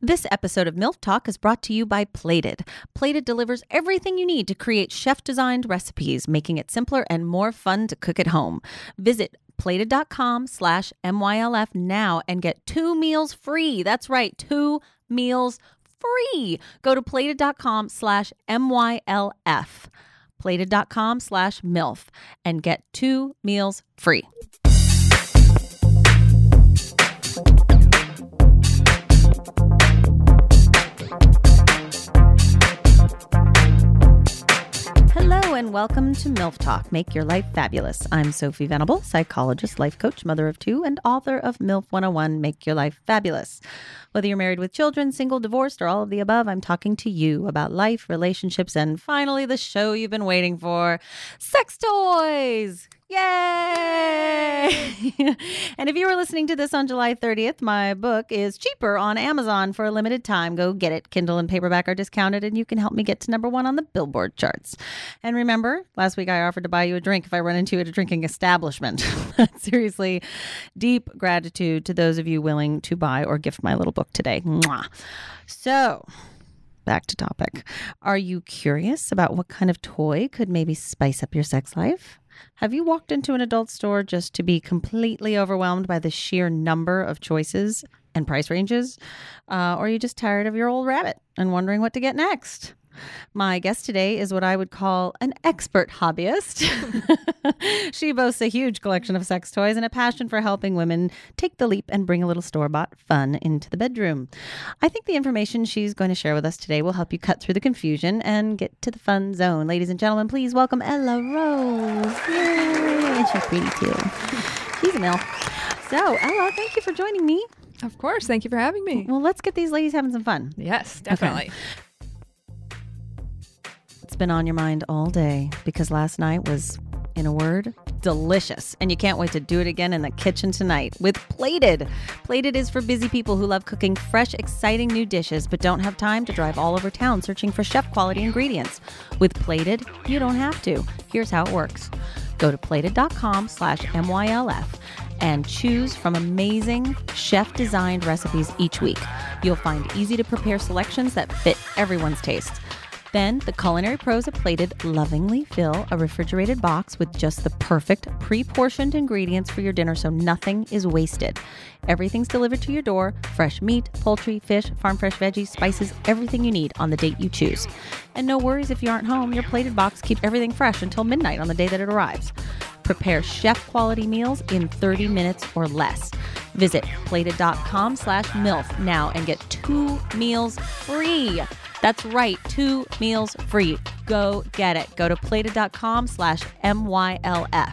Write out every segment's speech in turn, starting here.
This episode of MILF Talk is brought to you by Plated. Plated delivers everything you need to create chef designed recipes, making it simpler and more fun to cook at home. Visit plated.com slash MYLF now and get two meals free. That's right, two meals free. Go to plated.com slash MYLF, plated.com slash MILF, and get two meals free. Hello and welcome to MILF Talk, Make Your Life Fabulous. I'm Sophie Venable, psychologist, life coach, mother of two, and author of MILF 101, Make Your Life Fabulous. Whether you're married with children, single, divorced, or all of the above, I'm talking to you about life, relationships, and finally the show you've been waiting for sex toys. Yay! and if you were listening to this on July 30th, my book is cheaper on Amazon for a limited time. Go get it. Kindle and paperback are discounted, and you can help me get to number one on the Billboard charts. And remember, last week I offered to buy you a drink if I run into you at a drinking establishment. Seriously, deep gratitude to those of you willing to buy or gift my little book today. Mwah. So, back to topic. Are you curious about what kind of toy could maybe spice up your sex life? Have you walked into an adult store just to be completely overwhelmed by the sheer number of choices and price ranges? Uh, or are you just tired of your old rabbit and wondering what to get next? My guest today is what I would call an expert hobbyist. she boasts a huge collection of sex toys and a passion for helping women take the leap and bring a little store bought fun into the bedroom. I think the information she's going to share with us today will help you cut through the confusion and get to the fun zone. Ladies and gentlemen, please welcome Ella Rose. Yay! And she's pretty too. She's a milk. So, Ella, thank you for joining me. Of course. Thank you for having me. Well, let's get these ladies having some fun. Yes, definitely. It's been on your mind all day because last night was, in a word, delicious. And you can't wait to do it again in the kitchen tonight with Plated. Plated is for busy people who love cooking fresh, exciting new dishes but don't have time to drive all over town searching for chef quality ingredients. With Plated, you don't have to. Here's how it works go to plated.com slash mylf and choose from amazing chef designed recipes each week you'll find easy to prepare selections that fit everyone's taste then the culinary pros at plated lovingly fill a refrigerated box with just the perfect pre-portioned ingredients for your dinner so nothing is wasted everything's delivered to your door fresh meat poultry fish farm fresh veggies spices everything you need on the date you choose and no worries if you aren't home your plated box keeps everything fresh until midnight on the day that it arrives Prepare chef quality meals in 30 minutes or less. Visit plated.com slash MILF now and get two meals free. That's right, two meals free. Go get it. Go to plated.com slash MYLF.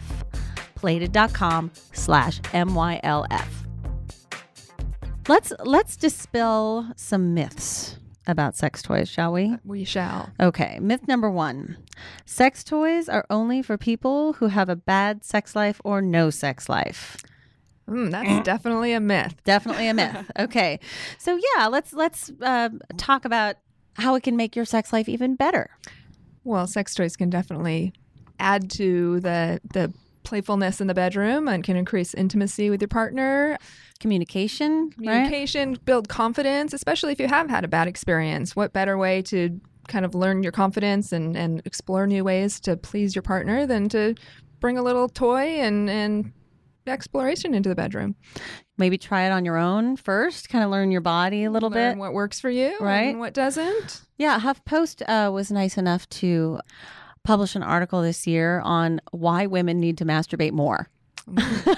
Plated.com slash MYLF. Let's let's dispel some myths about sex toys, shall we? We shall. Okay, myth number one sex toys are only for people who have a bad sex life or no sex life. Mm, that's definitely a myth. Definitely a myth. Okay, so yeah, let's let's uh, talk about how it can make your sex life even better. Well, sex toys can definitely add to the the playfulness in the bedroom and can increase intimacy with your partner Communication, right? communication build confidence especially if you have had a bad experience what better way to kind of learn your confidence and, and explore new ways to please your partner than to bring a little toy and and exploration into the bedroom Maybe try it on your own first, kind of learn your body a little Learn bit. what works for you Right. and what doesn't Yeah, HuffPost uh, was nice enough to publish an article this year on why women need to masturbate more. There's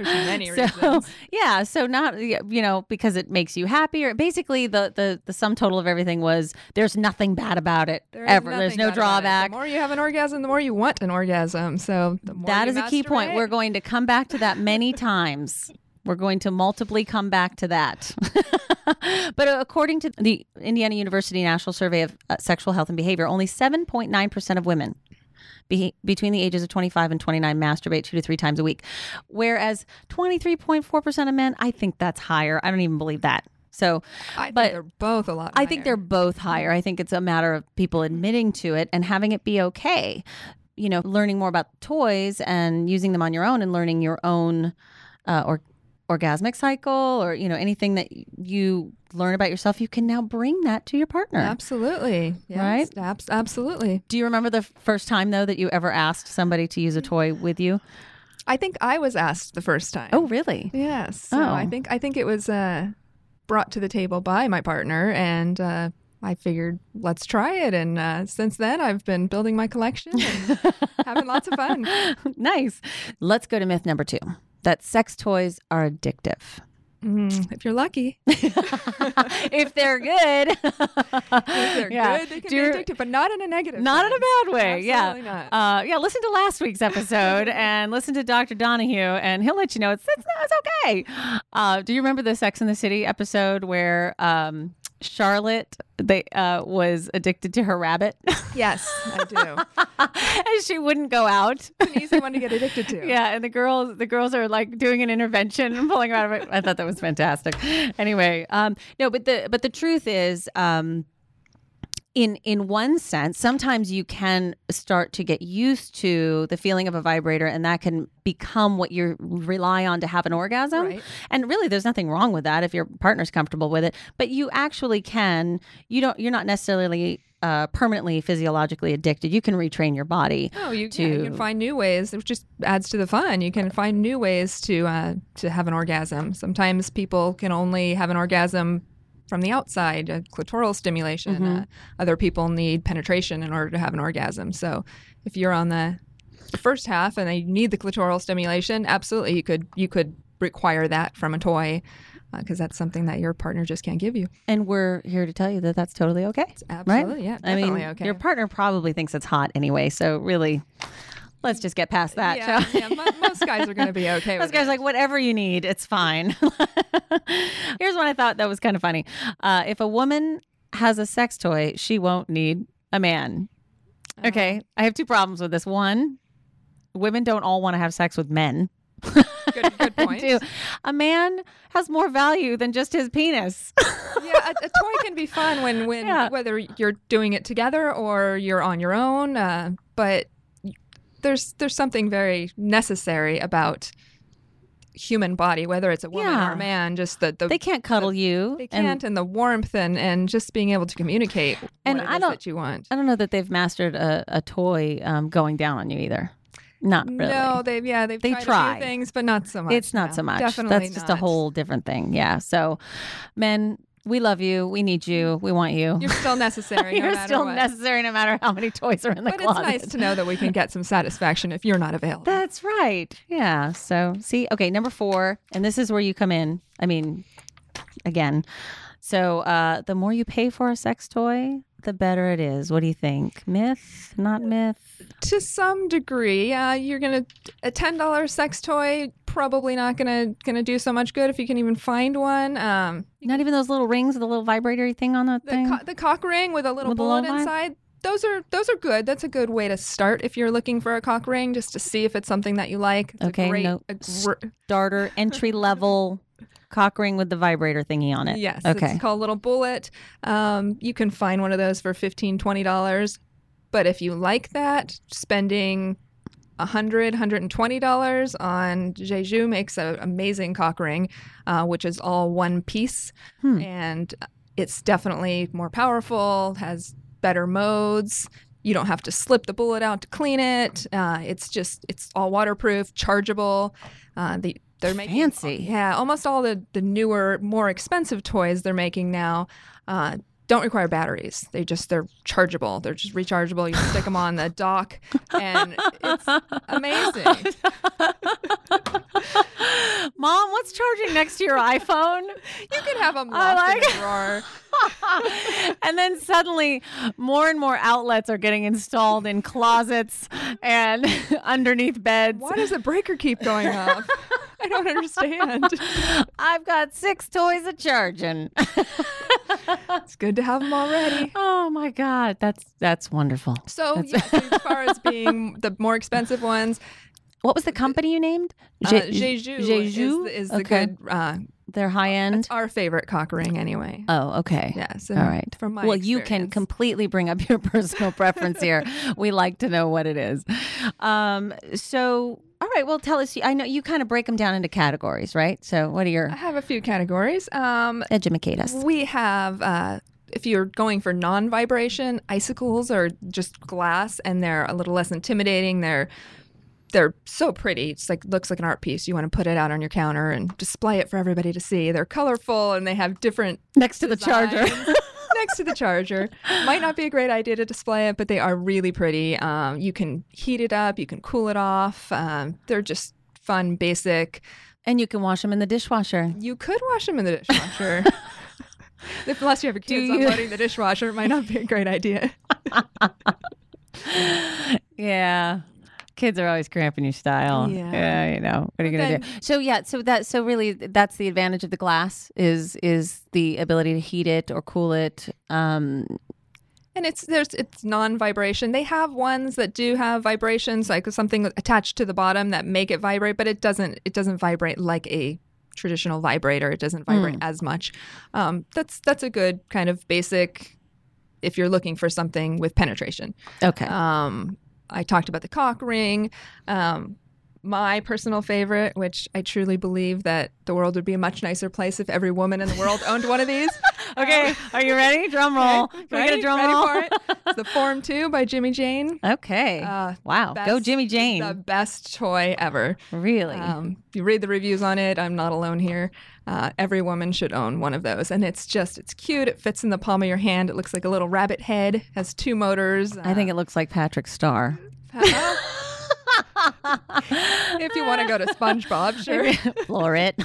many So, reasons. yeah, so not you know because it makes you happier. Basically, the the the sum total of everything was there's nothing bad about it There is ever. There's nothing no bad about it. drawback. The more you have an orgasm, the more you want an orgasm. So the more That you is a key point. masturbate- We're going to come back to that many times. We're going to multiply come back to that. but uh, according to the Indiana University National Survey of uh, Sexual Health and Behavior, only 7.9% of women be- between the ages of 25 and 29 masturbate two to three times a week, whereas 23.4% of men, I think that's higher. I don't even believe that. So I think but- they're both a lot. I think they're both higher. I think it's a matter of people admitting to it and having it be okay. You know, learning more about toys and using them on your own and learning your own uh, or orgasmic cycle or you know anything that you learn about yourself you can now bring that to your partner Absolutely. Yes, Right? abs- absolutely. do you remember the first time though that you ever asked somebody to use a toy with you I think I was asked the first time. oh really Yes. So Oh. I think I think it was uh, brought to the table by my partner, and uh, I figured let's try it. And uh, since then, I've been building my collection, and having lots of fun. nice let's go to myth number two that sex toys are addictive Mm, if you're lucky, if they're good they're Yeah. good. They Do can be you- addictive, but not in a negative. not in sense. a bad way yeah Absolutely not. Uh, yeah, listen to last week's episode and listen to Dr. Donahue, and he'll let you know it's it's, no, it's okay. Uh, do you remember the Sex in the City episode where um, Charlotte they uh, was addicted to her rabbit yes, I do. and she wouldn't go out? It's an easy one to get addicted to. Yeah, and the girls the girls are like doing an intervention and pulling her out of it. I thought that was fantastic. Anyway, um, no, but the but the truth is. Um, in in one sense sometimes you can start to get used to the feeling of a vibrator and that can become what you rely on to have an orgasm Right. and really there's nothing wrong with that if your partner's comfortable with it but you actually can you don't you're not necessarily uh, permanently physiologically addicted you can retrain your body No, Oh, you, to yeah, you can find new ways. It just adds to the fun. You can find new ways to uh, to have an orgasm. Sometimes people can only have an orgasm from the outside, uh, clitoral stimulation. Mm-hmm. Uh, other people need penetration in order to have an orgasm. So, if you're on the the first half and you need the clitoral stimulation, absolutely you could you could require that from a toy because that's something that your partner just can't give you. And we're here to tell you that that's totally okay. absolutely, right? yeah, I mean, definitely okay. your partner probably thinks it's hot anyway, so really, let's just get past that. yeah, shall we? yeah, mo- most guys are going to be okay. Those with guys it. are like whatever you need, it's fine. Here's one I thought that was kind of funny. Uh, if a woman has a sex toy, she won't need a man. Oh. Okay, I have two problems with this. One, women don't all want to have sex with men. good, good point. Two, a man has more value than just his penis. yeah, a, a toy can be fun when when Yeah. whether you're doing it together or you're on your own. Uh, but there's there's something very necessary about human body, whether it's a woman or Yeah. a man. Just the, the they can't cuddle you. they and- can't and, the warmth and and just being able to communicate And what it I is don't- that you want. I don't know that they've mastered a, a toy um, going down on you either. Not really. No, they've yeah they've They tried a few try. things, but not so much. it's not no. so much. Definitely That's just a not. whole different thing. Yeah. So, men, we love you. We need you. We want you. You're still necessary. no You're matter still what. necessary no matter how many toys are in the But it's closet. nice to know that we can get some satisfaction if you're not available. That's right. Yeah. So, see, okay, number four, and this is where you come in. I mean, again. So, uh, the more you pay for a sex toy, the better it is. What do you think? Myth? Not myth? to some degree uh, you're gonna a ten dollar sex toy probably not gonna gonna do so much good if you can even find one um, Not even those little rings with the little vibratory thing on the the, thing. co- the cock ring with a little With a bullet little vibe? inside those are those are good that's a good way to start if you're looking for a cock ring just to see if it's something that you like It's a Okay, great- no. a gr- Starter entry level cock ring with the vibrator thingy on it. yes Okay. it's called little bullet um, you can find one of those for 15 20 dollars but if you like that spending 100 120 dollars on jeju makes an amazing cock ring uh, which is all one piece Hmm. and it's definitely more powerful has better modes you don't have to slip the bullet out to clean it uh, it's just it's all waterproof chargeable uh, the, they're making Fancy. yeah almost all the, the newer more expensive toys they're making now uh, don't require batteries. They just they're chargeable. They're just rechargeable. You stick them on the dock, and it's amazing. Mom, what's charging next to your iPhone? You can have them I locked in a drawer. and then suddenly more and more outlets are getting installed in closets and underneath beds. Why does the breaker keep going off? I don't understand. I've got six toys of charging. It's good to have them already. oh my God. That's that's wonderful. So yes, as far as being the more expensive ones, What was the company you named? uh, Je- Jeju, is Jeju? the, is the Okay. good. Uh, They're high end. it's our favorite cock ring anyway. Oh, okay. Yeah. So All right. From my well, you can experience. completely bring up your personal preference here. We like to know what it is. Um, so, all right. Well, tell us. I know you kind of break them down into categories, right? So, what are I your have a few categories. Um, educate us? we have, uh, if you're going for non vibration, icicles are just glass and they're a little less intimidating. They're they're so pretty. It's like looks like an art piece. You want to put it out on your counter and display it for everybody to see. They're colorful and they have different Next to the charger. designs next to the charger. Might not be a great idea to display it, but they are really pretty. Um, you can heat it up, you can cool it off. Um, they're just fun, basic. and you can wash them in the dishwasher. You could wash them in the dishwasher. If- Unless you have a Do kid you- unloading the dishwasher, it might not be a great idea. Yeah. Kids are always cramping your style. Yeah. you know. What are you going But to do? So yeah, so that so really that's the advantage of the glass is is the ability to heat it or cool it. Um And it's there's it's non-vibration. They have ones that do have vibrations, like something attached to the bottom that make it vibrate, but it doesn't it doesn't vibrate like a traditional vibrator. It doesn't vibrate as much. Um, that's that's a good kind of basic if you're looking for something with penetration. okay. Um, I talked about the cock ring. Um, my personal favorite, which I truly believe that the world would be a much nicer place if every woman in the world owned one of these. okay, are you ready? Drum roll. Can we get a Ready? drum Ready roll? for it? It's the Form 2 by Jimmy Jane. Okay. Uh, wow. Go best- Jimmy The Jane. best toy ever. really? Um, you read the reviews on it. I'm not alone here. Uh, every woman should own one of those. And it's just, it's cute. It fits in the palm of your hand. It looks like a little rabbit head, has two motors. I think it looks like Patrick Starr. Uh, if you want to go to SpongeBob, sure. Floor it.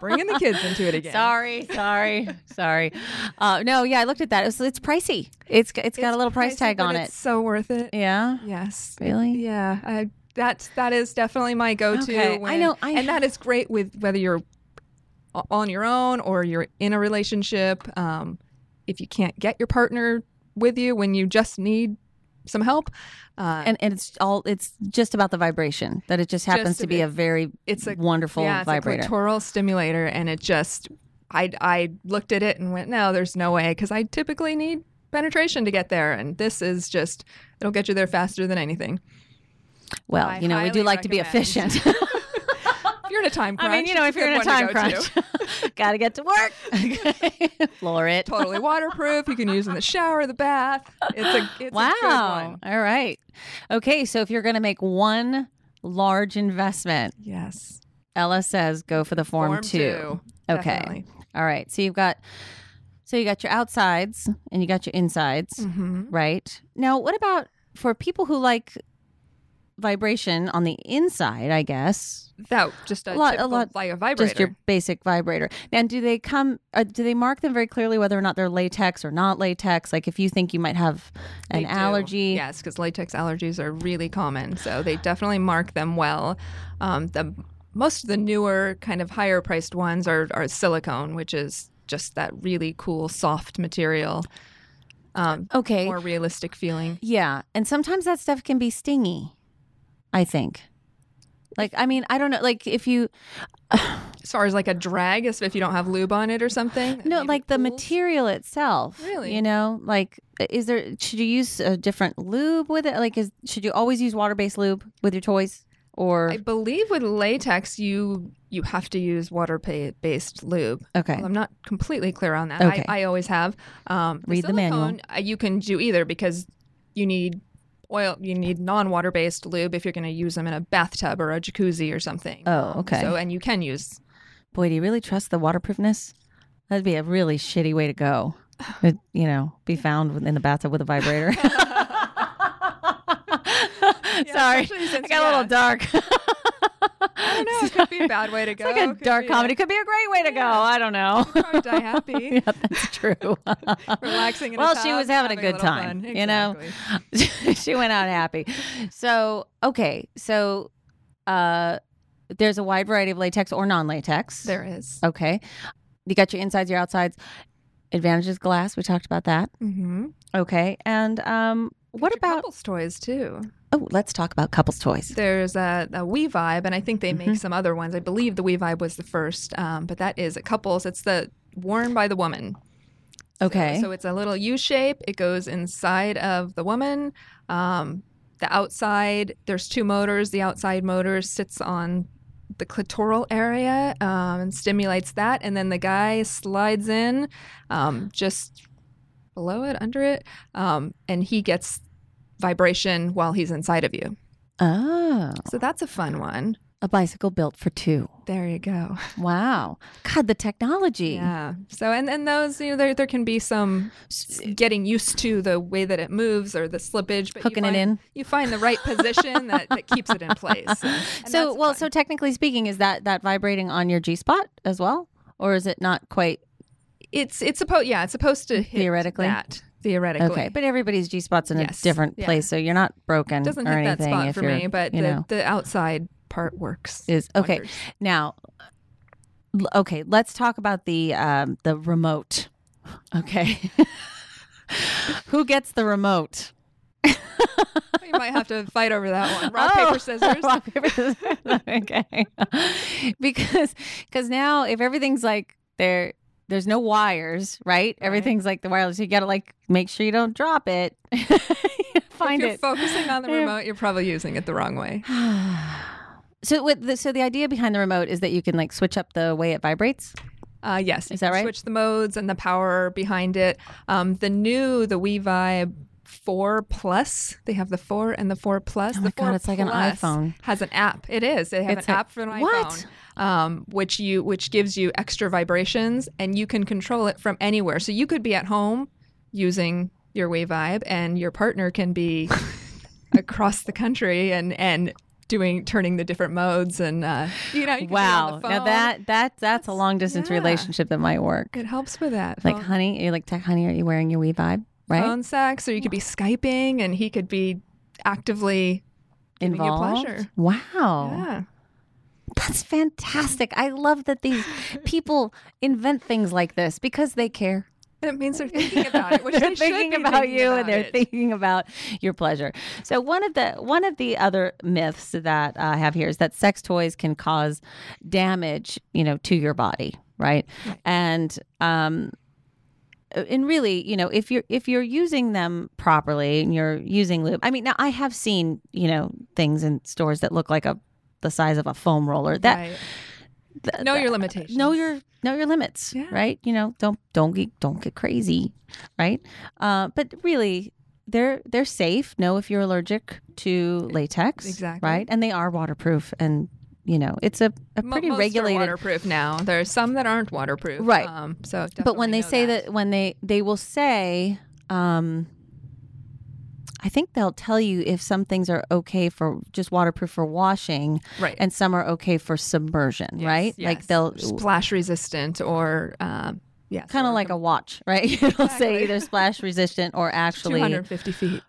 Bringing the kids into it again. Sorry, sorry, sorry. Uh, no, yeah, I looked at that. It's, it's pricey. It's it's got a little price Pricey, tag but on it's it. so worth it. Yeah, Yes. really. Yeah, I, that that is definitely my go-to. Okay, I when- know- I- and that is great with whether you're o- on your own or you're in a relationship. Um, if you can't get your partner with you when you just need some help, uh, And, and it's all it's just about the vibration that it just happens Just a to be bit. a very it's a wonderful yeah, it's vibrator. a clitoral stimulator, and it just I I looked at it and went, no, there's no way because I typically need penetration to get there, and this is just it'll get you there faster than anything. well, I you know, we do highly like to be recommend. efficient. If you're in a time crunch, I mean, you know, if it's you're in a good one time to go to. crunch, got to get to work. Okay. Floor it. totally waterproof. You can use in the shower, the bath. It's a it's A good Wow. one. All right. Okay. So if you're going to make one large investment, Yes. Ella says go for the form, Okay. Definitely. All right. So you've got so you got your outsides and you got your insides, Mhm. right? Now, what about for people who like vibration on the inside, I guess? That just A a, lot- a typical, lot- like a vibrator. Just your basic vibrator. And do they come uh, do they mark them very clearly whether or not they're latex or not latex? Like if you think you might have an They do. allergy. Yes, because latex allergies are really common, so they definitely mark them well. Um, the most of the newer kind of higher priced ones are are silicone, which is just that really cool soft material, um, Okay. more realistic feeling. Yeah, and sometimes that stuff can be stingy. I think. Like I mean, I don't know. Like if you As far as like a drag, as if you don't have lube on it or something. that no, maybe like the pulls. material itself. Really? You know, like is there should you use a different lube with it? Like is should you always use water based lube with your toys? Or I believe with latex, you you have to use water pa- based lube. okay, Well, I'm not completely clear on that. Okay. I, I always have. Um, Read the manual. silicone, uh, You can do either because you need oil. You need non water based lube if you're going to use them in a bathtub or a jacuzzi or something. Oh, Um, okay. So and you can use. boy, do you really trust the waterproofness? That'd be a really shitty way to go. It, you know, be found in the bathtub with a vibrator. Sorry, especially it since- got a little yeah. dark. I don't know. It could be a bad way to go. It's like Could a dark be comedy. Could be a great way to go. I don't know. Hard die happy, yeah, that's true. relaxing. In a well, she tub, was having a good little time, fun. you know? Exactly. she went out happy. So okay, so uh, there's a wide variety of latex or non-latex. There is. Okay, you got your insides, your outsides. Advantages glass. We talked about that. Mm-hmm. Okay, and um, what about? couples toys too? Oh, let's talk about couples toys. There's a, a Wee Vibe, and I think they make Mhm. some other ones. I believe the Wee Vibe was the first, um, but that is a couples. It's the worn by the woman. So- Okay, So, it's a little U shape. It goes inside of the woman. Um, the outside, there's two motors. The outside motor sits on the clitoral area um, and stimulates that. And then the guy slides in um, just below it, under it, um, and he gets vibration while he's inside of you. Oh, So that's a fun one. a bicycle built for two. There you go. Wow. God, the technology. Yeah. So and and those you know there there can be some s- getting used to the way that it moves or the slippage, but you Hooking it find- in. You find the right position that, that keeps it in place. So, and So, that's well, fun. so technically speaking, is that that vibrating on your G spot as well, or is it not quite it's it's supposed yeah it's supposed to hit Theoretically? that theoretically. okay? But everybody's G spot's in Yes. a different Yeah. place, so you're not broken it doesn't or hit that anything. spot if for you're, me, but you the, know, the outside part works. is okay. wonders. Now, l- okay, let's talk about the um, the remote. Okay, who gets the remote? we might have to fight over that one. Rock Oh. paper scissors. Rock, paper, scissors. okay. because because now if everything's like there there's no wires, right? Everything's like the wireless. You got to like make sure you don't drop it. Find if you're it. focusing on the Yeah. remote, you're probably using it the wrong way. so with the, so the idea behind the remote is that you can like switch up the way it vibrates. Uh, yes, you Is that can right? Switch the modes and the power behind it. Um, the new the Wii Vibe Four Plus. They have the four and the four plus. Oh my the four God, it's like an Plus iPhone. Has an app. It is. They have It's a- an app for an iPhone, What? Um, which you which gives you extra vibrations, and you can control it from anywhere. So you could be at home using your Wii Vibe, and your partner can be across the country and and doing turning the different modes and uh, you know you can be on Wow. Now the phone. that that that's a long distance yeah. relationship that might work. it helps with that Like Phone- honey, you like honey, are you wearing your Wii vibe? Right? phone sex, or you could be skyping, and he could be actively. giving you Involved. pleasure. Wow. Yeah. That's fantastic. I love that these people invent things like this because they care. And it means they're thinking about it. Which they're they should thinking be about thinking you about and they're it. thinking about your pleasure. So one of the one of the other myths that I have here is that sex toys can cause damage, you know, to your body, right? And um and really, you know, if you're if you're using them properly and you're using lube, I mean, now I have seen, you know, things in stores that look like a the size of a foam roller. That Right. th- know th- uh, your limitations. know your know your limits Yeah. right you know don't don't get don't get crazy right uh, but really they're they're safe know if you're allergic to latex E-, Exactly. right and they are waterproof and you know it's a, a Mo- pretty most are regulated waterproof now. There are some that aren't waterproof. Right. Um, so, but when definitely they know say that. when they they will say um I think they'll tell you if some things are okay for just waterproof for washing right, and some are okay for submersion, Yes, right? Like yes. they'll splash resistant or um, yeah, kind of like a watch, right? It'll Exactly. say either splash resistant or actually. 250 feet.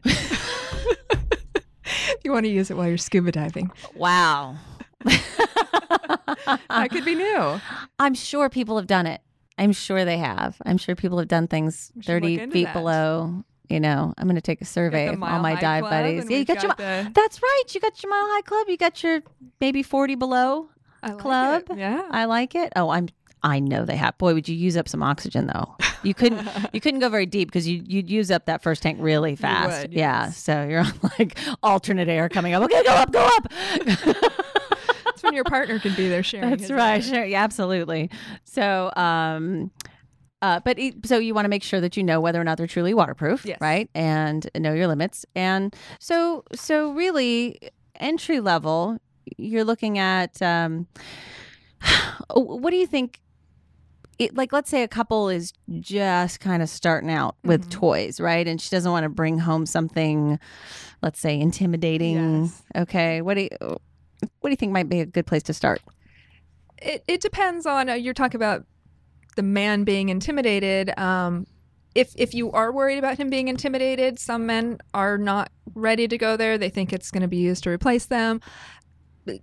you want to use it while you're scuba diving. Wow. that could be new. I'm sure people have done it. I'm sure they have. I'm sure people have done things We should look 30 into feet that. below. You know, I'm going to take a survey the of all Mile my High dive Club, buddies. and Yeah, you we've got, your. got the- That's right. You got your mile high club. You got your maybe 40 below. I like it. Club. Yeah. I like it. Oh, I'm. I know they have. Boy, would you use up some oxygen though? You couldn't. you couldn't go very deep because you you'd use up that first tank really fast. would, Yeah. So you're on like alternate air coming up. Okay, go up, go up. That's when your partner can be there sharing. That's his right. water. Sure. Yeah, absolutely. So, um, uh, but e- so you want to make sure that you know whether or not they're truly waterproof, Yes. right? And know your limits. And so, so really, entry level, you're looking at. Um, what do you think? It, like, let's say a couple is just kind of starting out with Mm-hmm. toys, right? And she doesn't want to bring home something, let's say, intimidating. Yes. Okay, what do you? What do you think might be a good place to start? It, it depends on uh, you're talking about the man being intimidated. Um, if if you are worried about him being intimidated, some men are not ready to go there. They think it's going to be used to replace them.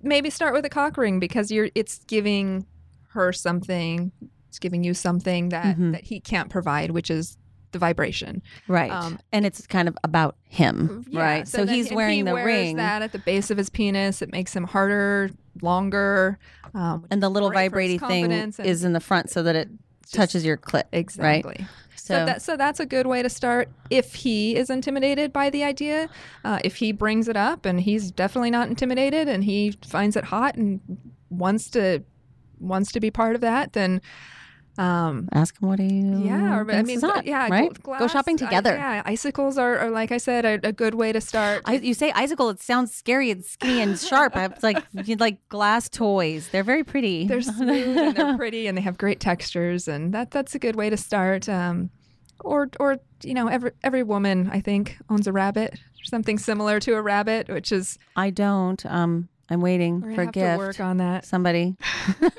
Maybe start with a cock ring because you're it's giving her something. It's giving you something that Mhm. that he can't provide, which is the vibration. Right. Um, and it's kind of about him, Yeah, Mm-hmm. right? So, then he's if wearing he the wears ring that at the base of his penis. It makes him harder, longer. Um, and the little great for his vibrating thing confidence and- is in the front so that it just- touches your clit. Exactly. So, So, that, so that's a good way to start if he is intimidated by the idea. Uh, if he brings it up and he's definitely not intimidated and he finds it hot and wants to wants to be part of that, then um, ask him what do you yeah, or, I thinks mean, is hot, yeah, Mm, right? gl- Go shopping glass, I- together. yeah, icicles are, are like I said, a, a good way to start. I, you say icicle, it sounds scary and skinny and sharp. I was like, you like glass toys. They're very pretty. they're smooth and they're pretty and they have great textures and that that's a good way to start um, or or you know every every woman i think owns a rabbit or something similar to a rabbit which is I don't. Um, I'm waiting we're for a gonna have gift. to work on that Somebody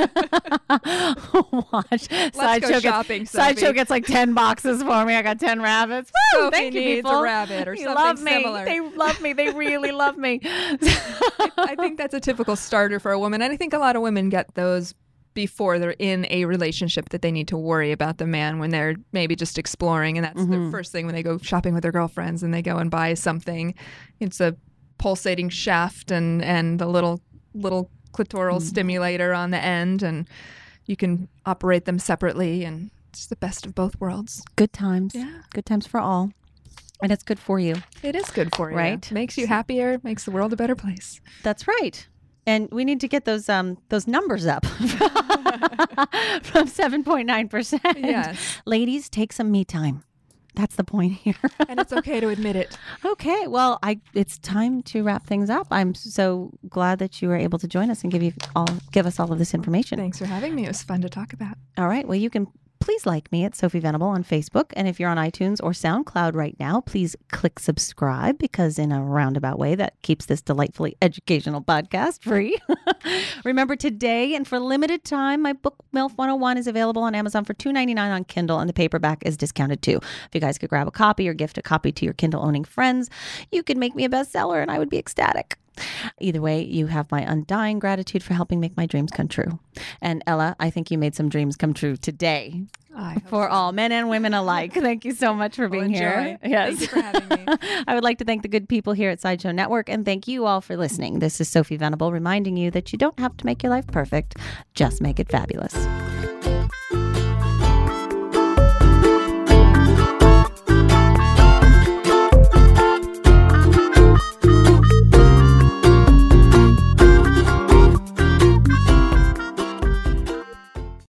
watch. let's go Sideshow gets, shopping Sideshow Sophie. gets like ten boxes for me. I got ten rabbits. Woo! Sophie Thank you, needs people. a rabbit or You something love me. similar They love me. They really love me. i think that's a typical starter for a woman and i think a lot of women get those before they're in a relationship that they need to worry about the man when they're maybe just exploring and that's their Mhm. first thing when they go shopping with their girlfriends and they go and buy something it's a pulsating shaft and and the little little clitoral stimulator on the end and you can operate them separately and it's the best of both worlds Good times. Yeah. Good times for all, and it's good for you. it is good for you Right. makes you happier makes the world a better place That's right. And we need to get those um those numbers up from seven point nine percent. Yes. Ladies, take some me time. That's the point here. and it's okay to admit it okay. Well, I it's time to wrap things up. I'm so glad that you were able to join us and give you all give us all of this information. thanks for having me it was fun to talk about All right. Well, you can please like me at Sophie Venable on Facebook. And if you're on iTunes or SoundCloud right now, please click subscribe because, in a roundabout way, that keeps this delightfully educational podcast free. Remember, today and for limited time, my book, MILF 101, is available on Amazon for $2.99 on Kindle, and the paperback is discounted too. If you guys could grab a copy or gift a copy to your Kindle owning friends, you could make me a bestseller, and I would be ecstatic. Either way, you have my undying gratitude for helping make my dreams come true. And Ella, I think you made some dreams come true today I hope for so. all men and women alike. Thank you so much for Well, being here. enjoy. Yes. Oh, Thank you for having me. I would like to thank the good people here at Sideshow Network and thank you all for listening. This is Sophie Venable reminding you that you don't have to make your life perfect, just make it fabulous.